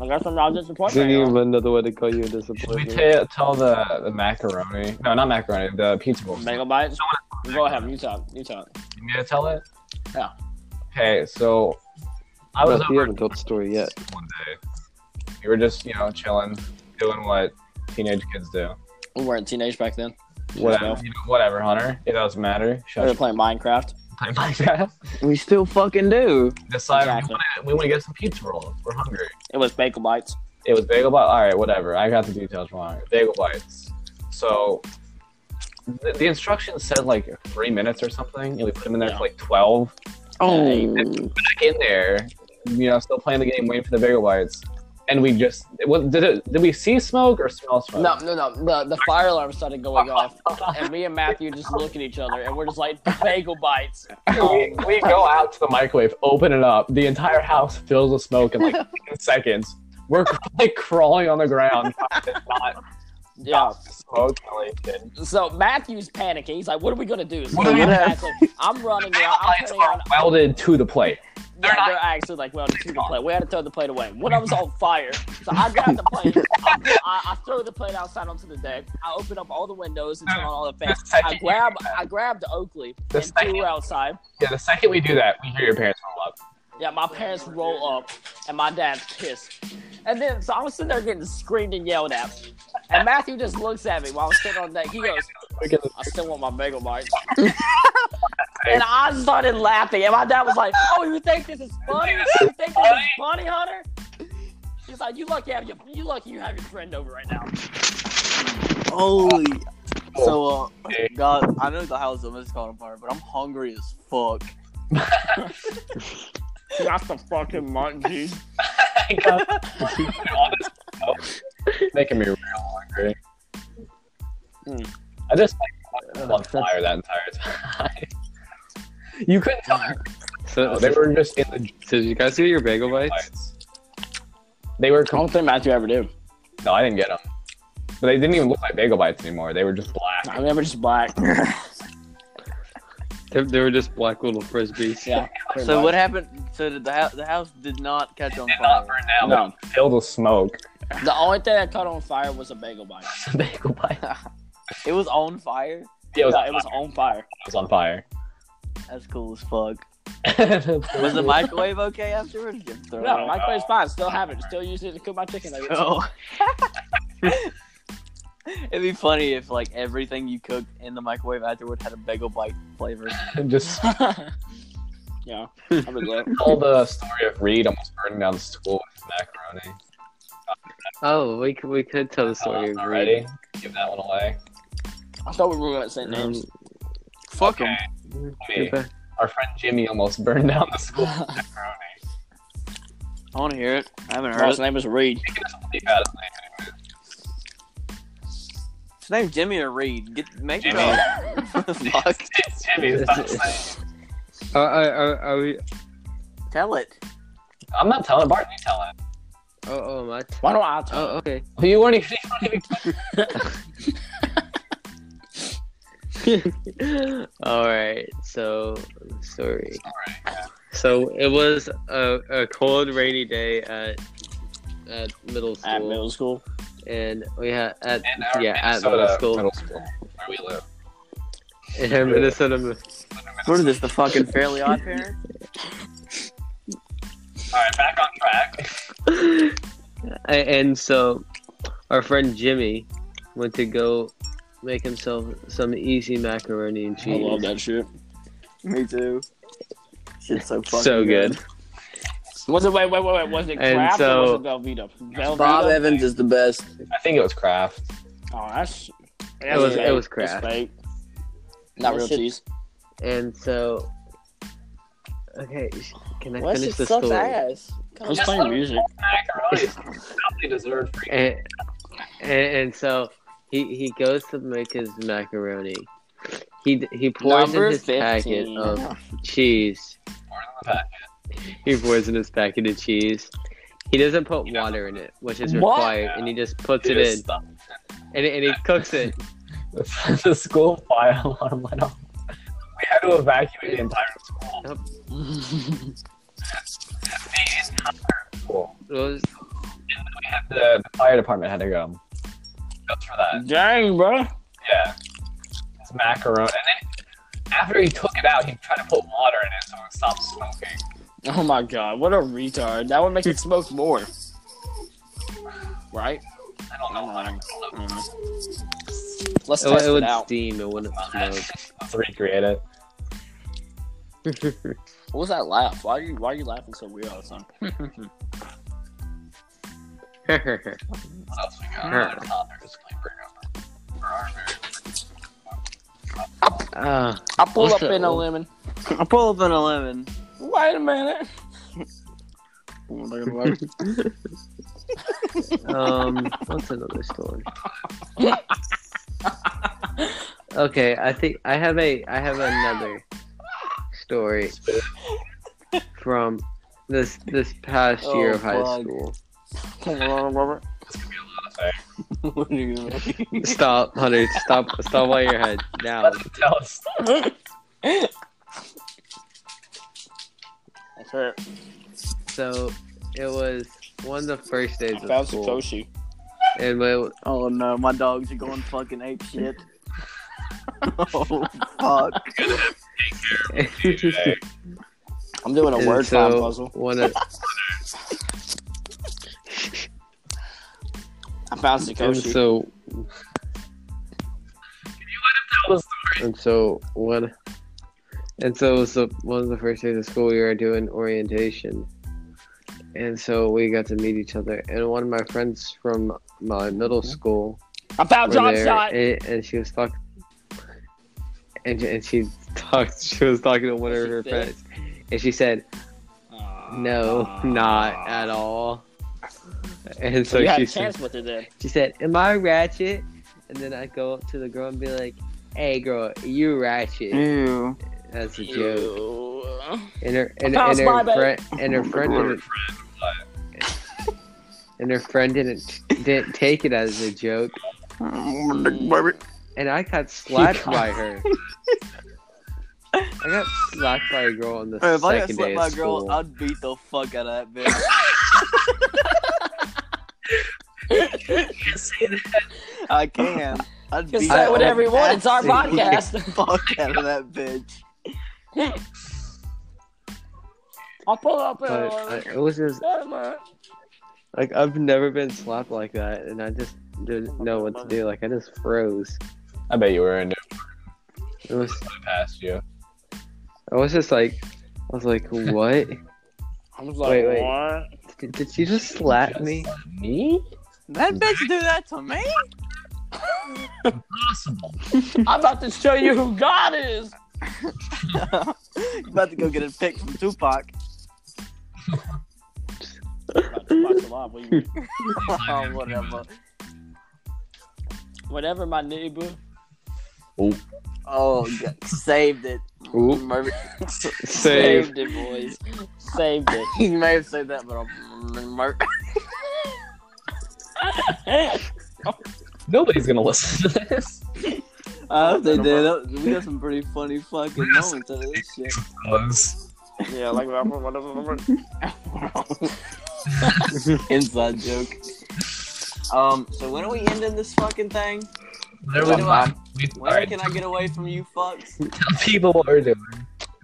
D: I guess I'm not disappointed.
C: Thinking
D: right
C: of
D: now.
C: another way to call you a
B: Should we
C: disappointment.
B: ta- tell the, the macaroni? No, not macaroni. The pizza bowl. story?
D: Megabytes. Go ahead, you talk, you talk.
B: You need to tell it.
D: Yeah.
B: Okay, so I was
C: But you
B: over
C: haven't told the story yet.
B: one day. We were just you know chilling, doing what teenage kids do.
D: We weren't teenage back then.
B: Whatever, you know, whatever, Hunter. It doesn't matter.
D: We
B: Shut
D: were
B: up.
D: playing Minecraft.
B: Play Minecraft.
A: We still fucking do.
B: Decide
D: Exactly.
B: we want to get some pizza rolls. We're hungry.
D: It was Bagel Bites.
B: It was bagel bites. All right, whatever. I got the details wrong. Bagel bites. So the, the instructions said like three minutes or something, and we put them in there for like twelve.
A: Oh,
B: Back in there, you know, still playing the game, waiting for the bagel bites, and we just it was, did it. Did we see smoke or smell smoke?
D: No, no, no. The, the fire alarm started going off, and me and Matthew just look at each other, and we're just like bagel bites.
B: we, *laughs* we go out to the microwave, open it up. The entire house fills with smoke in *laughs* like 10 seconds. We're *laughs* like crawling on the ground, trying to not
D: Yeah.
B: smoke. related.
D: So Matthew's panicking. He's like, "What are we gonna do?" So
B: What are
D: I'm,
B: we
A: gonna-
D: actually- I'm running
E: Bagel
D: around. I'm
E: bites
D: turning around.
B: Welded to the plate.
D: Yeah,
E: They're not-
D: they're actually like, "Well, to the plate. We had to throw the plate away." One of them's on fire, so I grab the
E: *laughs*
D: plate. I, I throw the plate outside onto the deck. I open up all the windows and turn on all the fans. I grab, I grabbed Oakley
B: The
D: and threw
B: second-
D: her outside.
B: Yeah, the second we do that, we hear your parents roll *laughs* up.
D: Yeah, my parents roll up and my dad pissed. And then, so I was sitting there getting screamed and yelled at. And Matthew just looks at me while I'm sitting on deck. He goes,
B: We get the
D: I still want my bagel bites. and I started laughing. And my dad was like, Oh, you think this is funny? You think this is funny, Hunter? He's like, You lucky, have your, you lucky you have your friend over right now.
A: holy. So, uh,
B: Okay.
A: God, I know the house almost caught on fire, but I'm hungry as fuck.
D: That's the fucking monkey.
B: tank up. All this smoke. *laughs* Making me real hungry.
D: Hmm.
B: I just like, on fire that entire time. *laughs* you couldn't *laughs* tell.
C: So,
B: They were just in the
C: so did you guys get your bagel bites?
B: lights. They were.
D: I
B: Com-
D: don't think Matthew ever did.
B: no, I didn't get them. But they didn't even look like bagel bites anymore. They were just
D: I
B: black.
D: remember just black.
C: They, they were just black little frisbees.
D: Yeah. pretty
A: So
D: much.
A: what happened? So did the house? The house did not catch on
B: Did
A: fire.
B: not burn down.
D: No.
B: No, filled with smoke.
D: The only thing that caught on fire was a bagel bite.
B: bagel bites.
A: It was on fire.
B: Yeah, it was,
D: No,
B: on
D: it was
B: fire.
D: on fire.
B: It was on fire.
A: That's cool as fuck. Was
B: was
A: the microwave okay afterwards? Get thrown
D: No,
A: out.
D: my plate's fine. Still have it. Still use it to cook my chicken nuggets.
A: Oh. *laughs* It'd be funny if like everything you cooked in the microwave afterward had a bagel bite flavor.
B: *laughs* just
D: *laughs* yeah, I would love.
B: tell the story of Reed almost burning down the school with his macaroni.
C: Oh, we could, we could tell the
B: Oh,
C: story of
B: already. Give that one away.
D: I thought we were going to say
C: Um, *laughs*
D: names.
A: Fuck him.
B: Hey, our friend Jimmy almost *laughs* burned down the school. with macaroni.
A: I want to hear it. I haven't heard
D: His
A: it.
D: name is Reed.
B: He can just leave out his name.
A: His name's Jimmy or Reed. Get make it
B: Jimmy.
A: *laughs* up. Fuck.
B: It's *laughs* Jimmy. It's not his name.
C: Are, are, are, are we?
A: Tell it.
B: I'm not telling Barton. You tell him.
C: Oh, oh, my. T-
D: Why don't I tell
C: oh, okay.
B: You weren't even. You weren't even
C: *laughs* All right. So, story.
B: Alright,
C: So it was a, a cold, rainy day at at middle school,
D: at middle school?
C: and we had at
B: in our
C: yeah at
B: Minnesota
C: middle school
B: middle school, where we live.
C: *laughs* in our Minnesota. mi-
A: What is this? The fucking Fairly Odd Parent?
B: All right, back on track.
C: A- and so our friend Jimmy went to go make himself some easy macaroni and
D: I
C: cheese.
D: love that shit.
A: *laughs* Me too. Shit's so fucking
C: So good.
D: Was it, wait, wait, wait, wait. Was it
C: And
D: Kraft
C: so-
D: or was it Velveeta? Velveeta?
A: Bob Evans is the best.
B: I think it was Kraft.
D: Oh, that's.
C: It was
D: fake.
C: it was
D: That's
C: Kraft.
D: fake. Not
C: That
D: real
C: shit-
D: cheese.
C: And so okay, sh- can I
D: Well, that
C: finish the
D: shit sucks
C: story?
D: ass. I was
B: Just
D: playing
B: let him
D: music. *laughs*
B: Macaroni is probably deserved for
C: And, and and so he he goes to make his macaroni. He he pours
D: Number
C: in his packet
D: 15.
C: of cheese.
B: more than the pack.
C: He pours in his packet of cheese. He doesn't put
B: He doesn't-
C: water in it, which is
D: What?
C: required, and he just puts it
B: Just
C: in,
B: stop.
C: and, and he cooks it.
B: The, *laughs* the school fire *laughs* alarm went off. We had to evacuate the entire school.
C: Yep.
B: the entire school.
C: It was-
B: And we had the, the fire department had to go. Just for that.
D: Dang, bro.
B: Yeah. It's macaroni. And then after he took it out, he tried to put water in it so it stopped smoking.
D: Oh my god, what a retard. That would make it smoke more. Right?
B: I don't know why. I don't know.
D: Let's
C: it,
D: test
C: would- it
D: it,
C: would
D: out.
C: steam. It wouldn't
B: Let's recreate it. *laughs*
C: smoke.
D: What was that laugh? Why are you why are you laughing so weird all the time? *laughs*
B: What else we got?
C: Sure.
B: Another topic is gonna bring up for our marriage.
C: *laughs* Ah,
D: I pull
C: What's
D: up
C: that
D: in a
C: one?
D: lemon.
A: I pull up an 11.
D: Wait a minute.
A: *laughs*
C: um, what's another story? okay, I think I have a I have another story from this this past year
A: Oh,
C: of high
A: fuck.
C: school.
A: what are you gonna
C: Stop, Hunter! Stop! Stop while your head now.
B: Tell us.
D: That's her.
C: So it was one of the first days
D: I
C: of
D: found
C: school,
D: Satoshi.
C: and we,
A: *laughs* Oh no, my dogs are going fucking ape shit. *laughs* oh fuck.
C: *laughs*
D: I'm doing a
C: and
D: word
C: so
D: time puzzle.
C: one of
D: I found
C: and
D: Satoshi.
C: so
B: Tell us.
C: And so one, and so it was the, one of the first days of school we were doing orientation, and so we got to meet each other. And one of my friends from my middle school
D: I found
C: were
D: John
C: there,
D: Shot.
C: And, and she was talking, and, and she talked. *laughs* She was talking to one
D: What'd
C: of
D: she
C: her
D: say?
C: friends, and she said, "No, not at all." And
D: So
C: so
D: you had
C: she
D: a
C: said,
D: chance with it then.
C: she said, "Am I ratchet?" And then I go up to the girl and be like, "Hey, girl, you ratchet."
A: Mm. Ew.
C: That's a joke.
D: Ew.
C: And her and, and
D: Pound
C: her
D: smile,
C: friend and
A: *laughs*
C: her friend didn't, and her friend didn't didn't take it as a joke. And I got slapped by her. I got slapped by a girl on the
A: If I got
C: second
A: slapped
C: day of
A: by a
C: school.
A: girl, I'd beat the fuck out of that bitch. I can. I'd
D: *laughs* Just
A: beat
D: say
A: the
D: whatever you want. It's our
A: absolute
C: *laughs*
D: podcast.
A: *laughs* Fuck out of that bitch.
D: I'll pull up in
C: but
D: a
C: I,
D: lemon.
C: it was just
D: Wait a minute.
C: like I've never been slapped like that, and I just didn't know what to do. Like I just froze.
B: I bet you were in it
C: It was
B: past you.
C: I was just like I was like, what?
D: I was like,
C: Wait, wait.
D: what?
C: Did, did you just slap me?
B: Me?
F: That bitch do that to
A: *laughs*
F: me?
E: Possible.
D: I'm about to show you who God is.
A: About to go get a pic from Tupac.
D: *laughs*
A: *laughs*
D: About to watch a lot, what do you mean?
A: oh, whatever.
D: Whatever, my neighbor.
A: Oh, God. saved it.
B: Ooh,
A: Murphy-
B: save.
D: Saved it, boys. Saved *laughs* it.
A: *laughs* you may have saved that, but I'll Mur-
B: Nobody's gonna listen *laughs* to this.
A: I hope they did. We got some pretty funny fucking moments out of this shit.
D: Yeah, like whatever.
A: *laughs* Inside joke. Um, so when are we ending this fucking thing?
E: There
A: When, do I,
E: we
A: when can I get away from you fucks?
E: tell
B: People are doing.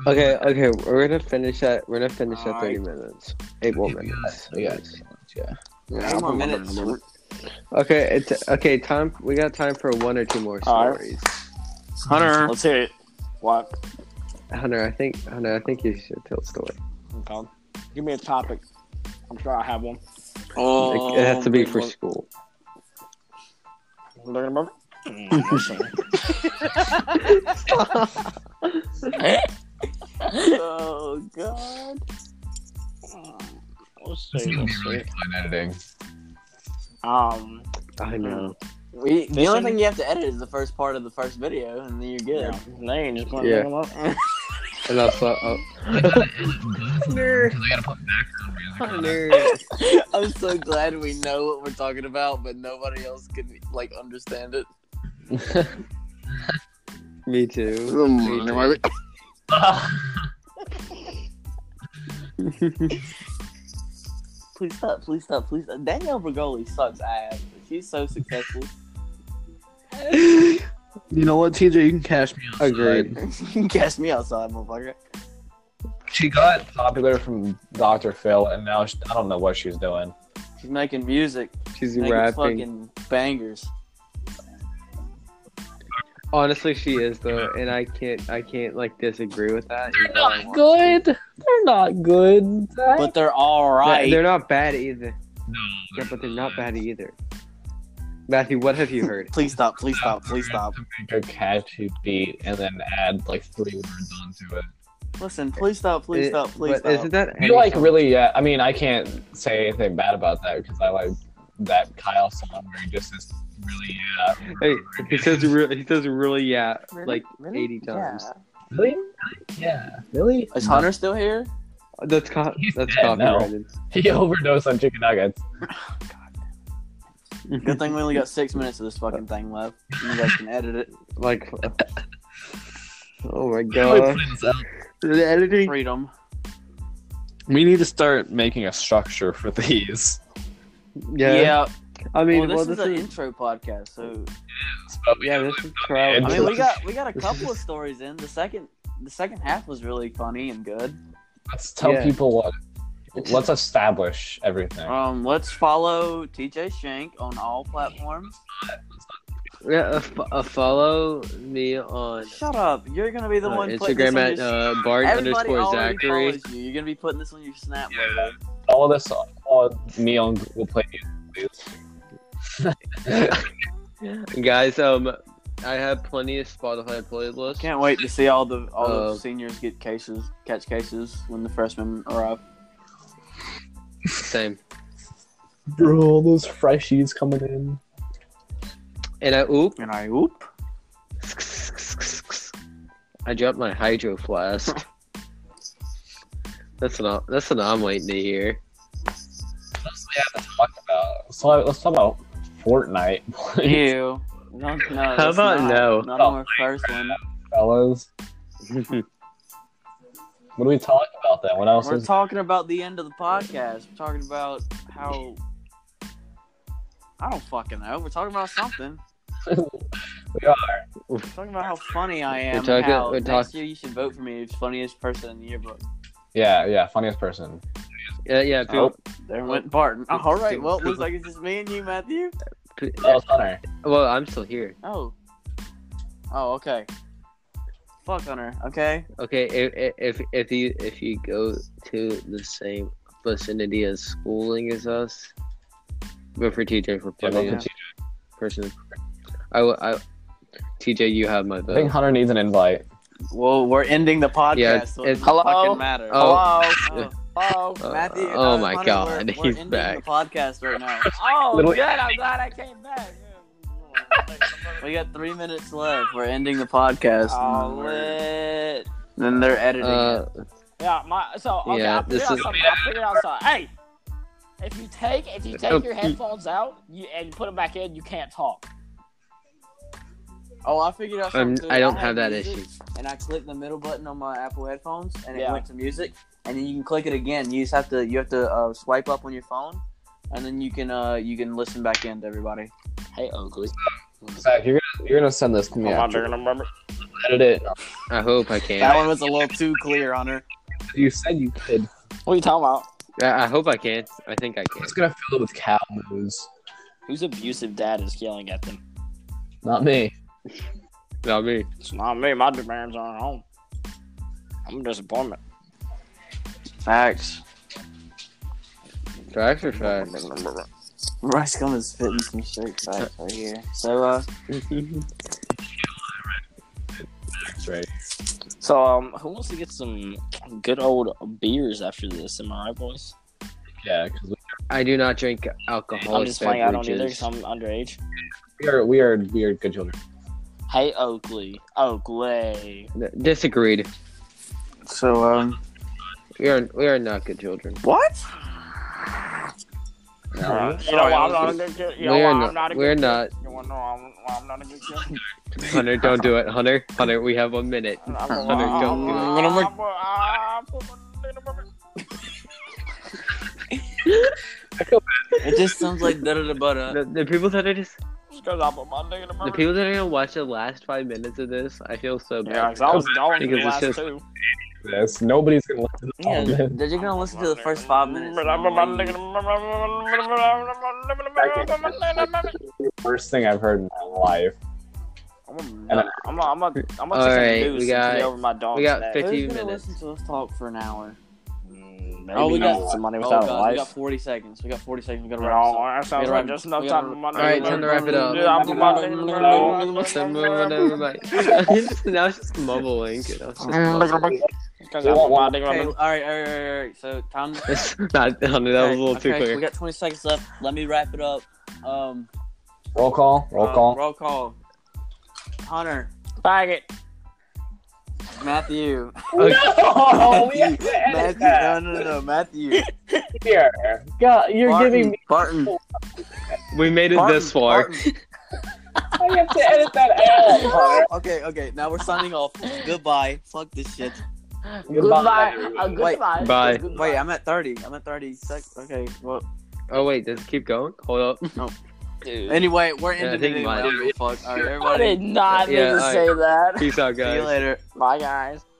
C: Okay, okay, we're gonna finish at we're gonna finish at
A: Alright.
C: thirty minutes. Eight more minutes.
B: Yes. Yeah.
A: Eight more minutes.
C: Okay, it's okay. Time we got time for one or two more
D: Alright.
C: stories.
A: Hunter.
D: Let's hear it. What?
C: Hunter, I think Hunter, I think you should tell a story.
D: Okay. Give me a topic. I'm sure I have one.
A: Oh,
C: it has to be
A: big
C: for
A: one.
C: school.
D: Looking about Mm,
A: Oh god.
D: Let's see. Let's see.
B: editing.
D: Um,
C: *laughs* I know.
A: We, the
D: Listen.
A: only thing you have to edit is the first part of the first video, and then you're good.
D: yeah. They ain't just gonna
C: Yeah.
D: look 'em up.
C: And also, oh,
E: Because I gotta put background music on it.
A: *laughs* I'm so glad we know what we're talking about, but nobody else can like understand it.
C: me too.
A: *laughs* Please stop! Please stop! Please stop! Danielle Bergoli sucks ass. but She's so successful.
B: You know what, TJ? You can cash me out.
C: Agreed.
A: Cast me outside, motherfucker.
B: She got popular from Dr. Phil, and now she, I don't know what she's doing.
A: She's making music,
C: She's
A: making
C: rapping.
A: fucking bangers.
C: Honestly, she is though, and I can't, I can't like disagree with that. even though I want to.
D: good. They're not good.
A: But they're all
C: They're-
A: right.
C: They're not bad either.
E: No,
C: Yeah, but they're not bad either. Matthew, what have you heard?
A: Please stop! Please stop! Please stop!
B: Make her catchy beat and then add like three words onto it.
A: Listen! Please stop! *laughs* Please
C: It-
A: stop! Please
C: but
A: stop!
C: Isn't that
B: You like really? Yeah. I mean, I can't say anything bad about that because I like that Kyle song where he just is really uh, yeah.
C: Hey, he says really, he says really yeah like eighty times.
B: Really? Yeah. Really?
A: Is Hunter still here?
C: That's co-
B: He's
C: that's
B: dead now.
C: copyrighted.
B: *laughs* He overdosed on chicken nuggets.
A: Good thing we only got six minutes of
C: *laughs*
A: this fucking thing left. You guys can edit it.
C: Like, oh my
B: I would
C: god,
B: play this out.
C: the editing.
A: Freedom.
B: We need to start making a structure for these.
C: Yeah, I mean,
A: well,
C: well,
A: this, is, an intro podcast, so
B: But
C: yeah, this is trial.
B: I
A: I
B: This
A: mean, we
B: is-
A: got we got a
C: *laughs* this
A: couple
C: is-
A: of stories in. The second the second half was really funny and good.
B: let's tell
C: Yeah.
B: people what.
C: It's-
B: Let's establish everything.
A: Um, let's follow TJ Shank on all platforms.
C: yeah, a f- a follow me on
A: Shut up! You're gonna be the
C: uh,
A: one putting this
C: Instagram
A: on
C: at
A: your-
C: uh, Bart
A: Everybody
C: underscore
A: already
C: Zachary.
A: follows you. You're gonna be putting this on your Snap.
B: Yeah. All of this on me on Google Play Music, please.
C: Guys, um, I have plenty of Spotify playlists.
A: Can't wait to see all the all
C: Uh,
A: the seniors get cases, catch cases when the freshmen arrive.
C: Same.
B: Bro, all those freshies coming in.
C: And I oop,
A: And I
C: *laughs*
A: whoop.
C: I dropped my hydro flask. that's an that's an I'm waiting to hear.
B: That's what we have to talk about. So let's talk about Fortnite, please,
A: Ew. No, no,
C: How
A: it's
C: about
A: not.
C: no?
A: Not on our first one.
B: *laughs* fellas. What do we talk about then? What else
A: We're
B: is
A: talking about the end of the podcast. We're talking about how I don't fucking know. We're talking about
C: *laughs*
A: something.
B: we are?
A: We're talking about how funny I am.
C: We're talking-
A: and how
C: we're
A: next
C: talk-
A: year you should vote for me as funniest person in the yearbook.
B: Yeah, yeah, funniest person.
C: yeah, yeah. People,
A: There went Barton. Oh, all right. Well, it
C: *laughs*
A: looks like it's just me and you, Matthew.
C: p-
B: That was Hunter.
C: well, I'm still here.
A: Oh. Oh, okay. Fuck Hunter. Okay.
C: Okay, if if if you if you go to the same vicinity as schooling as us, Vote for TJ for
B: Yeah, vote
C: funny
B: for
C: ass person. I, will- I, TJ, you have my
B: I think
C: vote.
B: Hunter needs an invite.
A: Well, we're ending the podcast,
C: Yeah,
A: so it
C: it's-
A: doesn't
D: Hello?
A: fucking matter.
C: Oh. *laughs*
D: Hello. Hello.
C: Uh,
A: Matthew.
C: oh
A: uh,
C: my
A: Hunter,
C: god,
A: we're- we're
C: he's
A: ending
C: back.
A: The podcast right now.
D: Oh,
B: Little-
D: good. I'm glad I came *laughs* back.
A: We got three minutes left. We're ending the
C: *laughs*
A: podcast.
D: Oh,
A: and we're-
D: lit.
A: then they're editing.
C: Uh,
D: Yeah, my so okay.
C: Yeah,
D: I figured
C: this
D: out
C: is-
D: something. I figured out something. Hey, if you take if you take your headphones out you, and put them back in, you can't talk.
A: it. Oh, I figured out
C: I'm,
A: something. too.
C: I don't
A: had
C: have that
A: music,
C: issue.
A: And I clicked the middle button on my Apple headphones, and it
D: Yeah.
A: went to music. And then you can click it again. You just have to you have to uh, swipe up on your phone, and then you can uh you can listen back in to everybody.
D: Hey, ugly.
B: Zach, you're gonna you're gonna send this to me. after. Edit it.
C: I hope I
A: That
C: can.
A: one was a little too clear on her.
B: You said you could.
D: What are you talking about?
C: I, I hope I can. I think I can.
B: It's gonna fill it with cow moves.
D: Whose abusive dad is yelling at them?
B: Not me.
C: That'll be.
D: It's not me. My demands aren't home. I'm a disappointment.
A: Facts.
C: Facts or facts?
A: Rice gum is fitting some shake facts right here. So uh,
B: That's right.
D: So, um, who wants to get some good old beers after this? Am I right, boys?
B: Yeah, because
C: I do not drink alcohol.
D: I'm just playing. I don't either because I'm underage.
B: we are we are we are good children.
D: Hey, Oakley. Oakley.
C: Disagreed.
A: so um,
C: We are we are not good children.
A: what?
D: You know, I'm not a good kid. You know,
C: we are
D: I'm
C: not.
D: not a good
C: we're
D: kid.
C: not.
D: You wanna know I'm, I'm not a good kid?
C: Hunter, don't do it. Hunter, Hunter, we have one minute.
D: I'm,
C: Hunter, don't do it.
A: When I'm like- It just sounds like da da da
C: *laughs*
A: butter.
C: The, the people that are just the
D: The
C: people that are gonna watch the last five minutes of this, I feel so bad.
D: Yeah, 'cause I was going to
C: Because
D: the
C: it's just-
D: last two.
B: This nobody's gonna listen to all
A: Yeah,
B: this.
A: they're just gonna listen to the first five minutes. and then leave.
D: *laughs*
B: Worst thing I've heard in my life.
D: I'm a, I'm a, I'm a, I'm a
C: All right,
D: deuce
C: we got-
D: over my dog's
C: we got
D: neck.
C: 50
A: Who's gonna
C: minutes.
A: listen to us talk for an hour?
D: Mm, Maybe
A: Oh, we got-
D: somebody
A: Oh
D: without a
A: god, we got
D: life.
A: 40 seconds. We got 40 seconds. We gotta wrap
D: No,
A: this up.
D: that sounds
A: We gotta
D: like just
A: wrap-
D: enough
A: we
D: time.
A: gotta-
D: for my
A: All right,
D: dog.
A: time to wrap it up.
D: Dude, I'm about
C: *laughs*
D: to-
C: now it's just mumbling. and I was just mumbling.
D: Because I want my
A: Okay, all right,
D: nigga.
A: all right, all right, all right. So time.
C: It's not, Hunter, that was a little too
A: Okay, We
C: clear.
A: got 20 seconds left. Let me wrap it up. Um,
B: Roll call. Roll
A: uh,
B: call.
A: Roll call. Hunter,
D: Bag it.
A: Matthew, *laughs*
B: No, we have to
A: Matthew. No, no, no, no, Matthew.
B: here. God, you're
A: Barton,
B: giving me.
A: Barton.
C: We made it
A: Barton,
C: this far.
A: Barton.
B: I have to edit that out.
A: okay, okay. Now we're signing off. Goodbye. Fuck this shit.
D: Goodbye. Uh,
A: Wait,
D: goodbye.
C: bye.
D: Goodbye.
A: Wait, I'm at 30. I'm at 30 seconds. Okay, well.
C: Oh wait, does it keep going? Hold up.
D: Dude.
A: Anyway, we're
C: Yeah, I
A: ending
C: think
A: it anyway.
C: mine. *laughs*
A: I don't give a Fuck. All right,
D: I
A: everybody.
D: did not mean
C: Yeah,
D: to
C: all right.
D: say that.
C: Peace
A: *laughs*
C: out,
A: See
C: guys.
A: you later.
D: Bye, guys.